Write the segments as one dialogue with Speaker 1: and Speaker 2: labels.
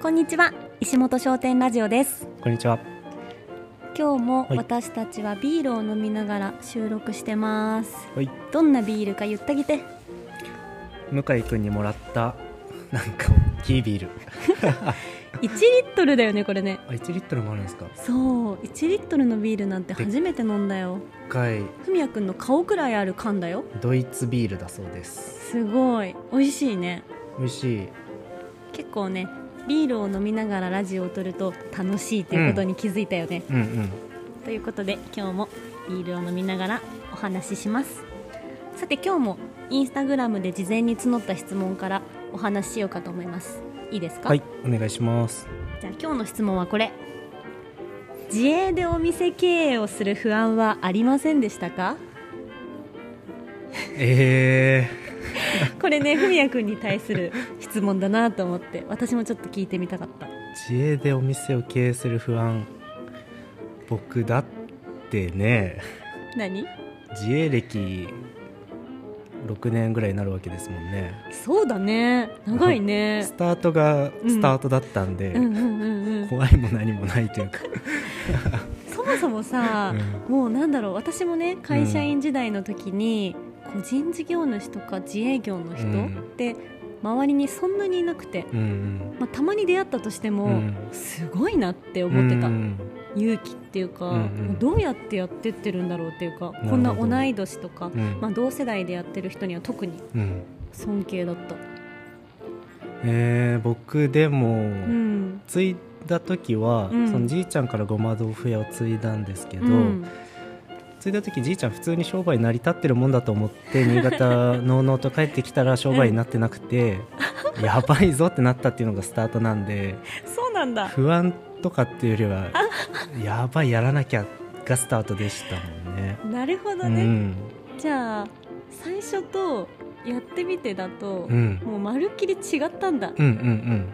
Speaker 1: こんにちは石本商店ラジオです
Speaker 2: こんにちは。
Speaker 1: 今日も
Speaker 2: はい
Speaker 1: 私たちはビールを飲みながら収録してます、
Speaker 2: はい
Speaker 1: どんなビールか言ってあげて
Speaker 2: 向井くんにもらった なんか大きいビール。
Speaker 1: 1リットルだよねこれね
Speaker 2: あ、1リットルもあるんですか。
Speaker 1: そう1リットルのビールなんて初めて飲んだよ
Speaker 2: 深い
Speaker 1: ふみやくんの顔くらいある缶だよ
Speaker 2: ドイツビールだそうです。
Speaker 1: すごい美味しいね
Speaker 2: 美味しい。
Speaker 1: 結構ねビールを飲みながらラジオを撮ると楽しいということに気づいたよね、
Speaker 2: うんうん。
Speaker 1: ということで今日もビールを飲みながらお話ししますさて今日もインスタグラムで事前に募った質問からお話ししようかと思いますいいですか、
Speaker 2: はい、お願いします。
Speaker 1: じゃあ今日の質問はこれ自営でお店経営をする不安はありませんでした か
Speaker 2: え
Speaker 1: これねふみやくんに対する質問だなと思って私もちょっと聞いてみたかった
Speaker 2: ー、自営でお店を経営する不安。僕だってね、
Speaker 1: 何
Speaker 2: 自営歴6年ぐらいになるわけですもんね。
Speaker 1: そうだね長い ね
Speaker 2: スタートが
Speaker 1: うん
Speaker 2: スタートだったんで、
Speaker 1: うんうんうんうん
Speaker 2: 怖いも何もないというか。
Speaker 1: そもそもさ、
Speaker 2: う
Speaker 1: もうなんだろう私もね会社員時代の時に、個人事業主とか自営業の人
Speaker 2: うん
Speaker 1: って周りにそんなにいなくて、
Speaker 2: うん
Speaker 1: まあ、たまに出会ったとしても、
Speaker 2: うん
Speaker 1: すごいなって
Speaker 2: うん。
Speaker 1: 思ってた、
Speaker 2: うん
Speaker 1: 勇気っていうか、
Speaker 2: うんうん
Speaker 1: もうどうやってやってってるんだろうっていうか
Speaker 2: ど
Speaker 1: こんな同い年とか、
Speaker 2: うん
Speaker 1: まあ、同世代でやってる人には特に
Speaker 2: うん
Speaker 1: 尊敬だった。
Speaker 2: えー僕でも、
Speaker 1: うん
Speaker 2: 継いだ時は、
Speaker 1: うん
Speaker 2: そのじいちゃんからごま豆腐屋を継いだんですけど、
Speaker 1: うん
Speaker 2: 継いだ時じいちゃん普通に商売成り立ってるもんだと 思って新潟のうのうと帰ってきたら商売になってなく て、やばいぞってなったっていうのがスタートなんで
Speaker 1: そうなんだ
Speaker 2: 不安とかっていうよりはやばいやらなきゃがスタートでしたもんね。
Speaker 1: なるほど
Speaker 2: う
Speaker 1: ね、
Speaker 2: ん
Speaker 1: じゃあ最初とやってみてだと、
Speaker 2: うん
Speaker 1: もうまるっきり違ったんだ、
Speaker 2: うんうん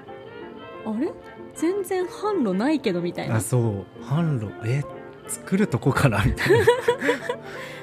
Speaker 1: あれ全然販路ないけどみた
Speaker 2: う
Speaker 1: い
Speaker 2: ん
Speaker 1: な
Speaker 2: あそう販路え作るとこからみたいな、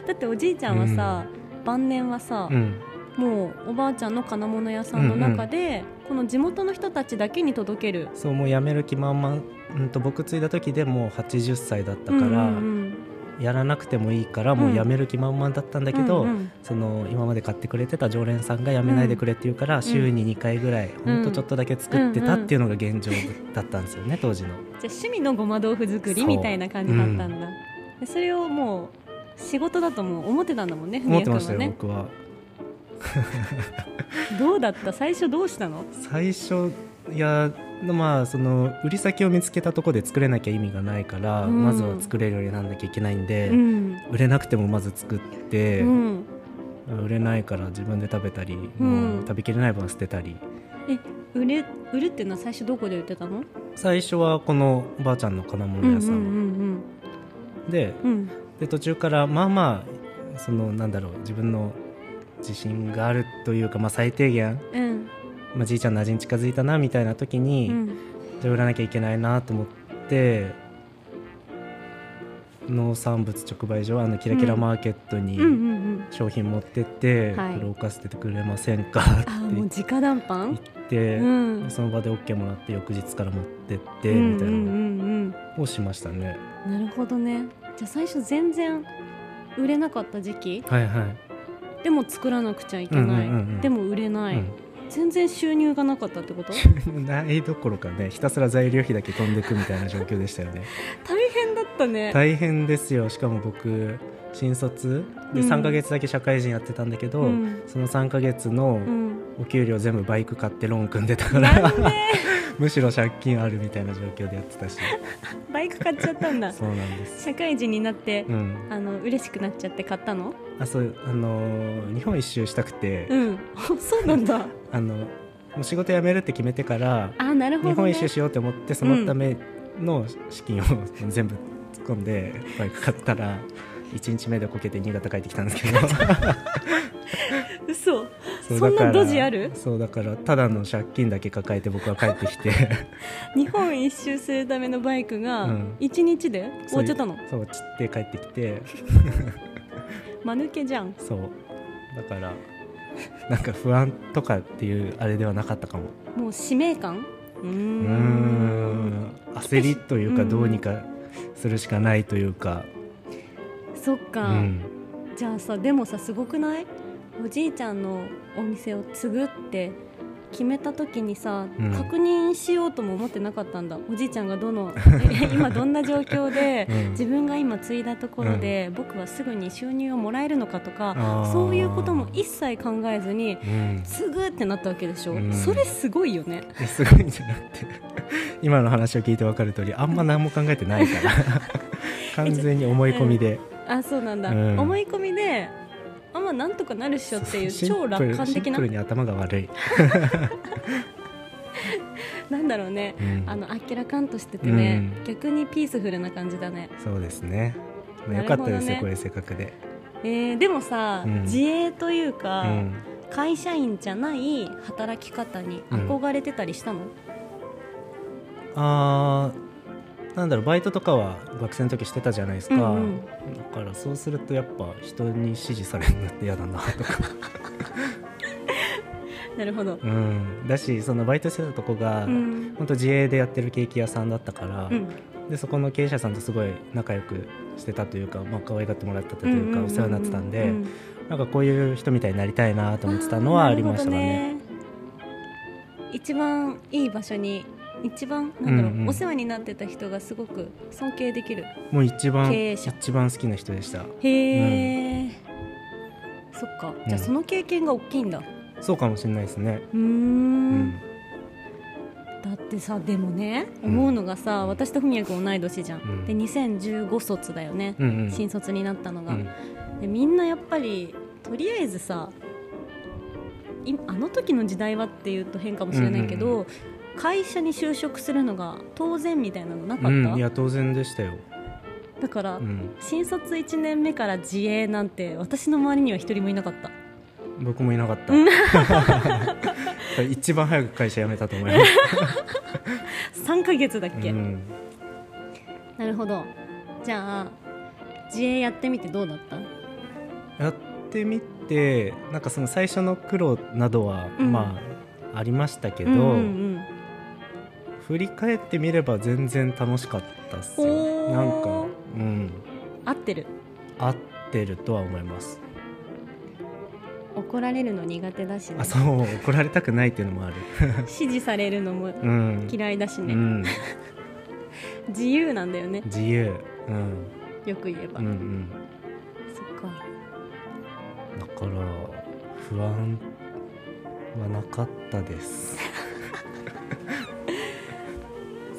Speaker 1: だっておじいちゃんはさ、晩年はさ、
Speaker 2: うん、
Speaker 1: もうおばあちゃんの金物屋さんの中で、この地元の人たちだけに届ける
Speaker 2: そうもう辞める気満々、うん、と僕継いだ時でもう80歳だったから、
Speaker 1: うんうん
Speaker 2: やらなくてもいいからもう辞める気満々だったんだけど、
Speaker 1: うんうん
Speaker 2: その今まで買ってくれてた常連さんが辞めないでくれって言うから、週に2回ぐらい、
Speaker 1: ん
Speaker 2: ほんとちょっとだけ作ってたっていうのが現状だったんですよね、当時の。
Speaker 1: じゃあ趣味のごま豆腐作り
Speaker 2: そう
Speaker 1: みたいな感じだったんだ、でそれをもう仕事だともう思ってたんだもんね文
Speaker 2: 思っ
Speaker 1: 也
Speaker 2: て
Speaker 1: 君
Speaker 2: まし
Speaker 1: は
Speaker 2: たよ、
Speaker 1: ね
Speaker 2: 僕は。
Speaker 1: どうだった最初どうしたの
Speaker 2: 最初いやまあその売り先を見つけたとこで作れなきゃ意味がないから、
Speaker 1: うん
Speaker 2: まずは作れるようになんなきゃいけないんで、
Speaker 1: うん、
Speaker 2: 売れなくてもまず作って。
Speaker 1: うん、
Speaker 2: 売れないから自分で食べたり、
Speaker 1: ん
Speaker 2: もう食べきれない分捨てたり
Speaker 1: 売れ売るっていうのは最初どこで売ってたの
Speaker 2: 最初はこのおばあちゃんの金
Speaker 1: うん
Speaker 2: 物
Speaker 1: う
Speaker 2: 屋
Speaker 1: んう
Speaker 2: さん、
Speaker 1: ん
Speaker 2: で
Speaker 1: うんうん
Speaker 2: で途中からまあまあそのなんだろう自分の自信があるというか、まあ、最低限、
Speaker 1: うん
Speaker 2: まあ、じいちゃんの味に近づいたなみたいな時に、
Speaker 1: うん
Speaker 2: じゃあ売らなきゃいけないなと思って農産物直売所あのキラキラマーケット
Speaker 1: うんうん
Speaker 2: に
Speaker 1: うん
Speaker 2: 商品持ってって、
Speaker 1: はい
Speaker 2: これ置かせてくれませんかって
Speaker 1: あーもう直談
Speaker 2: 言
Speaker 1: 判
Speaker 2: って。
Speaker 1: うん
Speaker 2: その場で OK もらって翌日から持ってって
Speaker 1: うん
Speaker 2: みた
Speaker 1: う
Speaker 2: い
Speaker 1: んう
Speaker 2: なんのをしましたね、
Speaker 1: うんなるほどねじゃあ最初全然売れなかった時期
Speaker 2: はいはい、
Speaker 1: でも作らなくちゃいけない、
Speaker 2: うんうんうんうん
Speaker 1: でも売れない、全然収入がなかったって こと
Speaker 2: うん、ないどころかねひたすら材料費だけ飛んでくみたいな状況でし たよね
Speaker 1: 大変だったね
Speaker 2: 大変ですよしかも僕新卒で
Speaker 1: うん
Speaker 2: 3ヶ月だけ社会人やってたんだけど、
Speaker 1: うん
Speaker 2: その3ヶ月の
Speaker 1: うん
Speaker 2: お給料全部バイク買ってローン組んでたか
Speaker 1: な
Speaker 2: ら
Speaker 1: んで
Speaker 2: むしろ借金あるみたいな状況でやって たし
Speaker 1: バイク買っちゃったんだ
Speaker 2: そうなんです、
Speaker 1: 社会人になって、
Speaker 2: うん、
Speaker 1: あの嬉しくなっちゃって買ったの
Speaker 2: あそうあのー日本一周したくて、
Speaker 1: うん そうなんだ
Speaker 2: あのもう仕事辞めるって決めてから
Speaker 1: あなるほど、ね、
Speaker 2: 日本一周しようと思ってそのための資金を全部突っ込んでバイク買ったら1日目でこけて新潟帰ってきたんです けど
Speaker 1: 嘘
Speaker 2: う
Speaker 1: そんな
Speaker 2: だから
Speaker 1: ドジある
Speaker 2: そうだからただの借金だけ抱えて僕は帰ってきて
Speaker 1: 日本一周するためのバイクが
Speaker 2: うん
Speaker 1: 1日で 終わっちゃったの、
Speaker 2: そう散って帰ってきて
Speaker 1: 間抜けじゃん
Speaker 2: そうだからなんか不安とかっていうあれではなかったかも
Speaker 1: もう使命感うー
Speaker 2: うー
Speaker 1: ん
Speaker 2: ん焦りというか
Speaker 1: うん
Speaker 2: どうにかするしかないというか、
Speaker 1: そっ
Speaker 2: う
Speaker 1: か、
Speaker 2: ん、
Speaker 1: じゃあさでもさすごくないおじいちゃんのお店を継ぐって決めた時にさ、
Speaker 2: うん
Speaker 1: 確認しようとも思ってなかったんだおじいちゃんがどの え今どんな状況で、
Speaker 2: うん
Speaker 1: 自分が今継いだところで、僕はすぐに収入をもらえるのかと
Speaker 2: あ
Speaker 1: か
Speaker 2: ー
Speaker 1: そういうことも一切考えずに
Speaker 2: うん、
Speaker 1: 継ぐってなったわけでしょ、
Speaker 2: うん
Speaker 1: それすごいよね
Speaker 2: え すごいんじゃなくて今の話を聞いて分かる通りあんま何も考えてな いから完全に思い込みで、
Speaker 1: あそうなんだ、
Speaker 2: うん
Speaker 1: 思い込みであんまなんとかなるっしょっていう
Speaker 2: シン
Speaker 1: 超
Speaker 2: プル
Speaker 1: 楽観的
Speaker 2: シン
Speaker 1: な
Speaker 2: プルに頭が悪い、
Speaker 1: なんだろうね
Speaker 2: うん
Speaker 1: あのあっけらかんとしててね、
Speaker 2: うん
Speaker 1: 逆にピースフルな感じだね、
Speaker 2: そうですね、まあ、
Speaker 1: な
Speaker 2: よ
Speaker 1: る
Speaker 2: か
Speaker 1: ほ
Speaker 2: っ
Speaker 1: どね
Speaker 2: たですよ、こういう性格で、
Speaker 1: えーでもさ、
Speaker 2: うん
Speaker 1: 自営という
Speaker 2: う
Speaker 1: か、
Speaker 2: ん、
Speaker 1: 会社員じゃない働き方に憧れてたりしたの、
Speaker 2: あーなんだろうバイトとかは学生の時してたじゃないですか、
Speaker 1: うんうん
Speaker 2: だからそうするとやっぱ人に支持されるのって嫌だな とか、
Speaker 1: なるほど、
Speaker 2: うん、だしそのバイトしてたとこが、
Speaker 1: う
Speaker 2: ほん、
Speaker 1: ん
Speaker 2: 本当自営でやってるケーキ屋さんだったから、
Speaker 1: うん
Speaker 2: でそこの経営者さんとすごい仲良くしてたというか、まあ可愛がってもらってたというか、お世話になってたんで、
Speaker 1: うん
Speaker 2: なんかこういう人みたいになりたいなと思ってたのはありましたかね。
Speaker 1: あーなるほどね一番いい場所に一番なんだろう、
Speaker 2: うんうん
Speaker 1: お世話になってた人がすごく尊敬できる
Speaker 2: もう一番
Speaker 1: 経営者
Speaker 2: 一番好きな人でした
Speaker 1: へえ、そっかじゃあ
Speaker 2: うん
Speaker 1: その経験が大きいんだ
Speaker 2: そうかもしれないですね、
Speaker 1: うー
Speaker 2: うん
Speaker 1: んだってさでもね
Speaker 2: うん
Speaker 1: 思うのがさ、私と文也君同い年じゃん、
Speaker 2: うん
Speaker 1: で2015卒だよね、
Speaker 2: うんうん
Speaker 1: 新卒になったの
Speaker 2: う
Speaker 1: が、
Speaker 2: ん
Speaker 1: でみんなやっぱりとりあえずさいあの時の時代はっていうと変かもしれないけど、
Speaker 2: うんうん
Speaker 1: 会社に就職するのが当然みたいなのなかった、
Speaker 2: うん、いや当然でしたよ、
Speaker 1: だから、
Speaker 2: うん、
Speaker 1: 新卒1年目から自営なんて私の周りには一人もいなかった
Speaker 2: 僕もいなかっ
Speaker 1: うん
Speaker 2: た 一番早く会社辞めたと思い ます、
Speaker 1: 3ヶ月だっけ、
Speaker 2: うん、
Speaker 1: なるほどじゃあ自営やってみてどうだった
Speaker 2: やってみてなんかその最初の苦労などは、
Speaker 1: うん
Speaker 2: まあありましたけど、
Speaker 1: うんうん
Speaker 2: 振り返ってみれば全然楽しかったっす
Speaker 1: お
Speaker 2: よ
Speaker 1: ー
Speaker 2: なんか、うん、
Speaker 1: うん合ってる
Speaker 2: 合ってるとは思います
Speaker 1: 怒られるの苦手だし、ね
Speaker 2: あ、そう怒られたくないっていうのもある
Speaker 1: 支持されるのも
Speaker 2: うん
Speaker 1: 嫌いだし
Speaker 2: う
Speaker 1: ね、
Speaker 2: ん、
Speaker 1: 自由なんだよね
Speaker 2: 自由、うん、
Speaker 1: よく言えば、
Speaker 2: うんうん
Speaker 1: そっか
Speaker 2: だから不安はなかったです、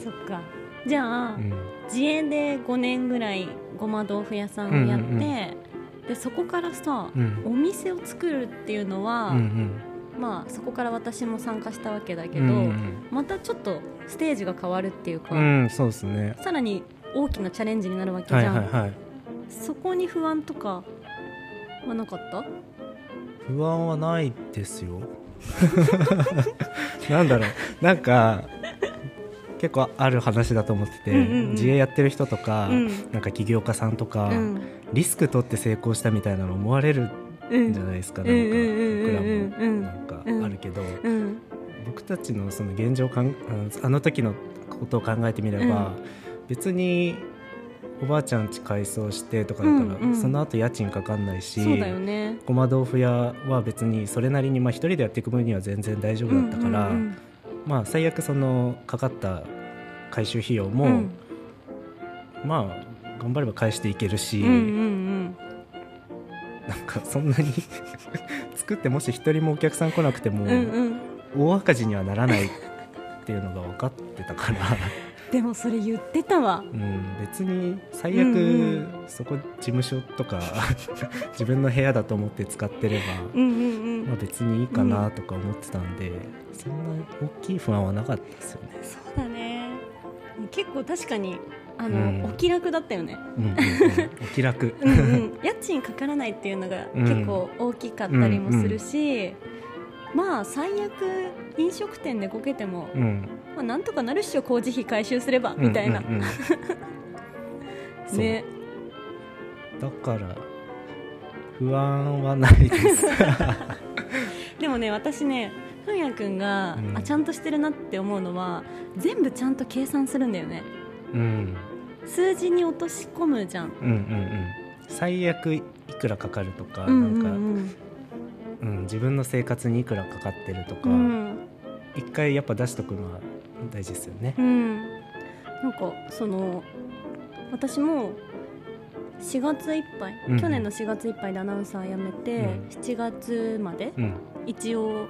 Speaker 1: そっかじゃあ、
Speaker 2: うん、
Speaker 1: 自営で5年ぐらいごま豆腐屋さんをやって、
Speaker 2: うんうんうん
Speaker 1: でそこからさ、
Speaker 2: うん
Speaker 1: お店を作るっていうのは、
Speaker 2: うんうん
Speaker 1: まあそこから私も参加したわけだけ
Speaker 2: う
Speaker 1: ど、
Speaker 2: ん
Speaker 1: またちょっとステージが変わるっていうか、
Speaker 2: うん、うん、そうですね
Speaker 1: さらに大きなチャレンジになるわけじゃ
Speaker 2: はい
Speaker 1: ん、
Speaker 2: はいはい
Speaker 1: そこに不安とかはなかった
Speaker 2: 不安はないですよ なんだろうなんか結構ある話だと思ってて、
Speaker 1: うんうんうん
Speaker 2: 自営やってる人とか、
Speaker 1: うん
Speaker 2: なんか起業家さんとか、
Speaker 1: うん
Speaker 2: リスク取って成功したみたいなの思われる
Speaker 1: うん
Speaker 2: んじゃないですか、
Speaker 1: うん
Speaker 2: なんか、
Speaker 1: うんうんう
Speaker 2: 僕ら
Speaker 1: んうん
Speaker 2: もなんかあるけど、
Speaker 1: うん
Speaker 2: 僕たちのその現状かんあのあの時のことを考えてみれば、別におばあちゃん家改装してとかだから、
Speaker 1: うんうん
Speaker 2: その後家賃かかんないし
Speaker 1: そうだよね
Speaker 2: ごま豆腐屋は別にそれなりに、まあ、一人でやっていく分には全然大丈夫だったから、
Speaker 1: うんうん
Speaker 2: まあ、最悪そのかかった回収費用
Speaker 1: う
Speaker 2: も、
Speaker 1: んうん
Speaker 2: まあ頑張れば返していけるし、
Speaker 1: うんうん
Speaker 2: なんかそんなに 作ってもし一人もお客さん来なくても
Speaker 1: うんうんうん
Speaker 2: 大赤字にはならないっていうのが分かってた から、
Speaker 1: でもそれ言ってたわ
Speaker 2: うん、別に最
Speaker 1: う
Speaker 2: 悪、
Speaker 1: んう
Speaker 2: そこ事務所とか 自分の部屋だと思って使ってれば。
Speaker 1: うんうんう
Speaker 2: まあ、
Speaker 1: ん
Speaker 2: 別にいいかなとか思ってたんで、そんな大きい不安はなかったですよね。
Speaker 1: そうだね結構確かにあの、
Speaker 2: うん
Speaker 1: お気楽だったよね
Speaker 2: うんうんうん、 お気楽。
Speaker 1: うんうん 家賃かからないっていうのが
Speaker 2: うん
Speaker 1: 結構大きかったりもするし、まあ最悪飲食店でこけても、
Speaker 2: うん、
Speaker 1: まあ、なんとかなるっしょ工事費回収すればみたいな、
Speaker 2: うんうんうんそう
Speaker 1: ね
Speaker 2: だから 不安はないです。
Speaker 1: でもね私ねふんやくんが、
Speaker 2: うん
Speaker 1: あちゃんとしてるなって思うのは全部ちゃんと計算するんだよね
Speaker 2: うん
Speaker 1: 数字に落とし込むじゃん
Speaker 2: うんうんうん最悪いくらかかるとか、
Speaker 1: うんう
Speaker 2: なんか、
Speaker 1: ん
Speaker 2: うん、自分の生活にいくらかかってるとか、
Speaker 1: うん
Speaker 2: 一回やっぱ出しとくのは大事ですよね
Speaker 1: う。んなんかその私も4月いっぱい、
Speaker 2: うん
Speaker 1: 去年の4月いっぱいでアナウンサー辞めて、
Speaker 2: うん
Speaker 1: 7月まで
Speaker 2: うん、
Speaker 1: 一応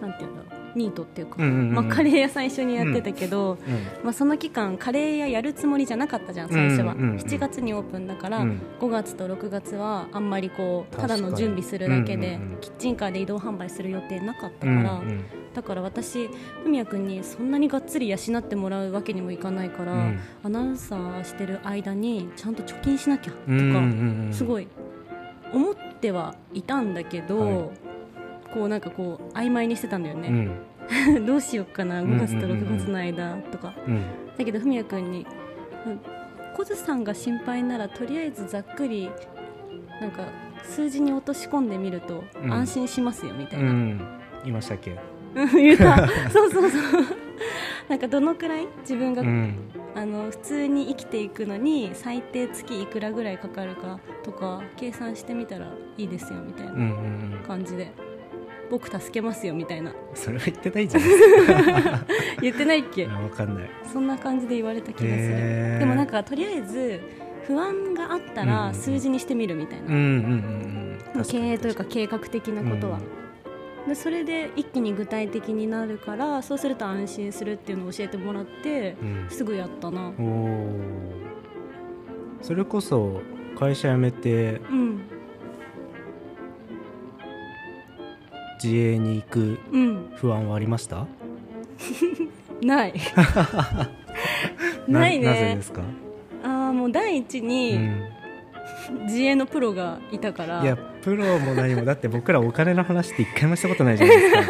Speaker 1: なんていうんだろうニートっていうか、
Speaker 2: うんうんうん
Speaker 1: まあ、カレー屋最初にやってたけど、
Speaker 2: うん
Speaker 1: まあ、その期間カレー屋やるつもりじゃなかったじゃん最初は、
Speaker 2: うんうんうん
Speaker 1: 7月にオープンだから、
Speaker 2: うん
Speaker 1: 5月と6月はあんまりこう
Speaker 2: 確
Speaker 1: た
Speaker 2: か
Speaker 1: だ
Speaker 2: に
Speaker 1: の準備するだけで、
Speaker 2: うんうんうん
Speaker 1: キッチンカーで移動販売する予定なかったか
Speaker 2: う
Speaker 1: ら、
Speaker 2: んうん
Speaker 1: だから私文也君にそんなにがっつり養ってもらうわけにもいかないから、
Speaker 2: うん
Speaker 1: アナウンサーしてる間にちゃんと貯金しなきゃとか、
Speaker 2: うんうんうん
Speaker 1: すごい思ってはいたんだけど、
Speaker 2: はい
Speaker 1: こうなんかこう曖昧にしてたんだよ
Speaker 2: う
Speaker 1: ね、
Speaker 2: ん
Speaker 1: どうしようかな
Speaker 2: うんう
Speaker 1: 5
Speaker 2: んうんうん
Speaker 1: 月と6月の間とか、
Speaker 2: うん
Speaker 1: だけど文也君に「コズさんが心配ならとりあえずざっくりなんか数字に落とし込んでみると
Speaker 2: うん
Speaker 1: 安心しますよ」みたいな、
Speaker 2: うんいましたっけ、
Speaker 1: 言ったそうそうそうなんかどのくらい自分が、
Speaker 2: うん、
Speaker 1: あの普通に生きていくのに最低月いくらぐらいかかるかとか計算してみたらいいですよみたい
Speaker 2: うんう
Speaker 1: なん
Speaker 2: うん
Speaker 1: 感じで、僕助けますよみたいな
Speaker 2: それは言ってないじゃないです
Speaker 1: 言ってないっけ
Speaker 2: か 分かんない
Speaker 1: そんな感じで言われた気がする、
Speaker 2: へー
Speaker 1: でもなんかとりあえず不安があった
Speaker 2: うんうんうん
Speaker 1: ら数字にしてみるみたいな、
Speaker 2: うんうんうんうん
Speaker 1: 経営というか経画的なことは、
Speaker 2: う
Speaker 1: でそれで一気に具体的になるからそうすると安心するっていうのを教えてもらって、
Speaker 2: ん
Speaker 1: すぐやったな
Speaker 2: うんおーそれこそ会社辞めて
Speaker 1: うん
Speaker 2: 自営に行く
Speaker 1: うん
Speaker 2: 不安はありました
Speaker 1: ない ない
Speaker 2: なぜ
Speaker 1: ね
Speaker 2: ですか、
Speaker 1: ああもう第一
Speaker 2: う
Speaker 1: に
Speaker 2: ん
Speaker 1: 自営のプロがいたから、
Speaker 2: いやプロも何もだって僕らお金の話って一回もしたことないじゃないです か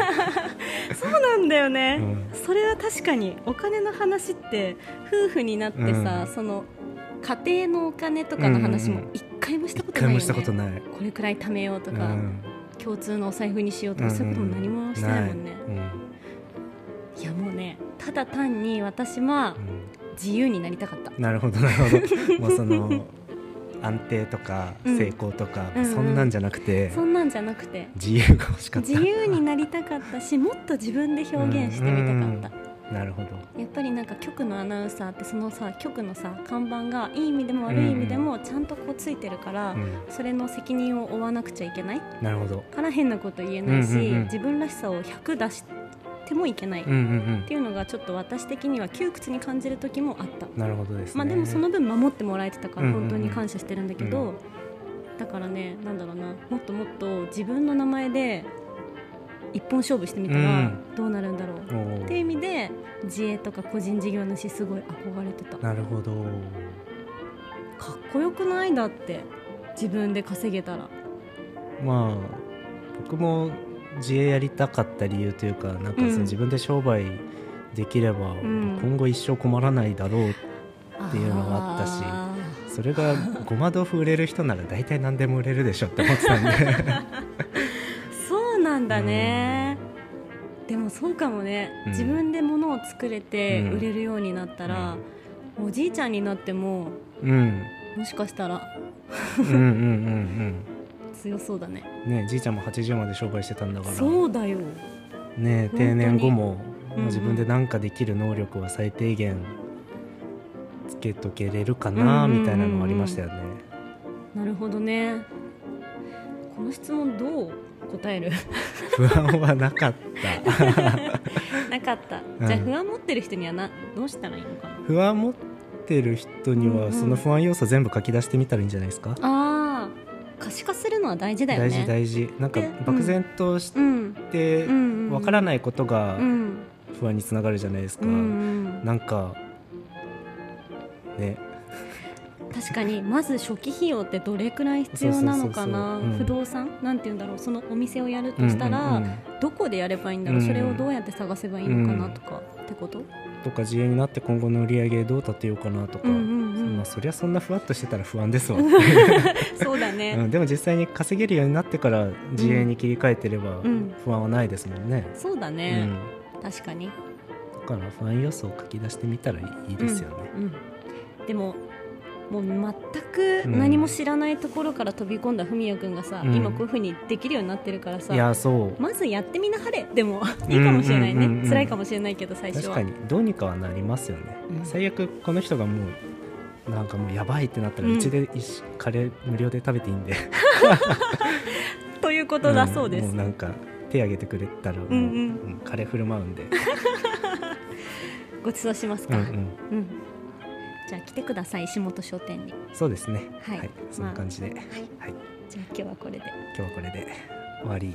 Speaker 1: そうなんだよね、
Speaker 2: うん
Speaker 1: それは確かにお金の話って夫婦になってさ、
Speaker 2: うん
Speaker 1: その家庭のお金とかの話も
Speaker 2: うんうんうん
Speaker 1: 一回もしたこ
Speaker 2: 一
Speaker 1: とないよ
Speaker 2: 回
Speaker 1: ね、
Speaker 2: もしたことない
Speaker 1: これくらい貯めようと
Speaker 2: と
Speaker 1: か、共通のお財布にしようとか、そういうことも何もしてないもんね、いやもうねただ単に私は自由になりたかった、
Speaker 2: なるほどな るほどもうその安定とか
Speaker 1: うん
Speaker 2: 成功とか、
Speaker 1: うんうん
Speaker 2: そんなんじゃなくて、
Speaker 1: そんなんじゃなくて
Speaker 2: 自由が欲しかった
Speaker 1: 自由になりたかったしもっと自分で表現してみたかっ
Speaker 2: なるほど
Speaker 1: たやっぱりなんか局のアナウンサーってそのさ局のさ看板がいい意味でも悪い意味でもちゃんとこうついてるから、
Speaker 2: うん
Speaker 1: それの責任を負わなくちゃいけない
Speaker 2: なるほど
Speaker 1: から変なこと言えないし、
Speaker 2: うんうんうん
Speaker 1: 自分らしさを100出してもいけない、
Speaker 2: うんう
Speaker 1: っ
Speaker 2: ん
Speaker 1: ていうのがちょっと私的には窮屈に感じる時もあった
Speaker 2: うんなるほどですね
Speaker 1: まあでもその分守ってもらえてたか
Speaker 2: う
Speaker 1: ら
Speaker 2: んうんうん
Speaker 1: 本当に感謝してるんだけど、
Speaker 2: うん
Speaker 1: だからねなんだろうなもっともっと自分の名前で一本勝負してみた
Speaker 2: う
Speaker 1: ら
Speaker 2: ん
Speaker 1: どうなるんだろう、
Speaker 2: おー
Speaker 1: っていう意味で自営とか個人事業主すごい憧れてたかっ
Speaker 2: なるほど
Speaker 1: こよくないだって自分で稼げたら
Speaker 2: まあ僕も自営やりたかった理由というかなんかその
Speaker 1: うん
Speaker 2: 自分で商売できれば、
Speaker 1: ん
Speaker 2: 今後一生困らないだろうっていうのが
Speaker 1: が
Speaker 2: あったしそれがごま豆腐売れる人なら大体何でも売れるでしょって思ってたんで
Speaker 1: そうなんだね、でもそうかもね、
Speaker 2: うん
Speaker 1: 自分で物を作れて
Speaker 2: うん
Speaker 1: 売れるようになったら、おじいちゃんになっても
Speaker 2: うん
Speaker 1: もしかしたら
Speaker 2: うんうんうん
Speaker 1: 強そうだね
Speaker 2: うんねじいちゃんも80まで商売してたんだから
Speaker 1: そうだよ
Speaker 2: ね
Speaker 1: 当に
Speaker 2: 定年後もまあ
Speaker 1: うんうん
Speaker 2: 自分で何かできる能力は最低限つけとけれるかな
Speaker 1: うんうんうんうん
Speaker 2: みたいなのもありましたよね。
Speaker 1: なるほどねこの質問どう答える
Speaker 2: 不安はなかった。
Speaker 1: なかった
Speaker 2: うん
Speaker 1: じゃあ不安持ってる人にはなどうしたらいいのかな
Speaker 2: 不安持ってる人に
Speaker 1: うんう
Speaker 2: は
Speaker 1: ん
Speaker 2: その不安要素全部書き出してみたらいいんじゃないですか。
Speaker 1: あー可視化するのは大事だよね
Speaker 2: 大事大事。なんか
Speaker 1: で
Speaker 2: 漠然とし
Speaker 1: うん
Speaker 2: て
Speaker 1: うんうん
Speaker 2: わからないことが
Speaker 1: うん
Speaker 2: 不安につながるじゃないですか。
Speaker 1: うんうん
Speaker 2: なんかね。
Speaker 1: 確かにまず初期費用ってどれくらい必要なのかな
Speaker 2: そうそうそうそううん
Speaker 1: 不動産なんて言うんだろうそのお店をやるとしたら、
Speaker 2: うんうんうん
Speaker 1: どこでやればいいんだろう、
Speaker 2: うん
Speaker 1: それをどうやって探せばいいのかなとか、ってこと
Speaker 2: とか自営になって今後の売り上げどう立てようかなとか、
Speaker 1: うんうんうんうん
Speaker 2: まあ、そりゃそんなふわっとしてたら不 安ですわ、
Speaker 1: そうだ
Speaker 2: う
Speaker 1: ね、
Speaker 2: ん、でも実際に稼げるようになってから自営に切り替えてれば
Speaker 1: うん
Speaker 2: 不安はないですもんね、
Speaker 1: そうだ
Speaker 2: うん
Speaker 1: ね、確かに、
Speaker 2: だから不安要素を書き出してみたらいいですよね、
Speaker 1: うん、でももう全く何も知らないところから飛び込んだ文也君がさ、
Speaker 2: うん
Speaker 1: 今こういうふうにできるようになってるからさ、
Speaker 2: いやそう
Speaker 1: まずやってみなはれでもいいかもしれないね、
Speaker 2: うんうんうんうん
Speaker 1: 辛いかもしれないけど最初は
Speaker 2: 確かにどうにかはなりますよね、
Speaker 1: うん
Speaker 2: 最悪この人がもうなんかもうやばいってなったら
Speaker 1: うん
Speaker 2: うちで一緒カレー無料で食べていいんで
Speaker 1: ということだそうで
Speaker 2: んも
Speaker 1: す
Speaker 2: う、なんか手挙げてくれたらもう、
Speaker 1: うんうん
Speaker 2: うんカレー振る舞うん で
Speaker 1: ごちそうします
Speaker 2: う
Speaker 1: か、
Speaker 2: ん、う
Speaker 1: うん
Speaker 2: ん、
Speaker 1: じゃあ来てください石本商店に
Speaker 2: そうですね
Speaker 1: はい
Speaker 2: そんな感じで、はい、
Speaker 1: じゃあ今日はこれで。
Speaker 2: 今日はこれで終わり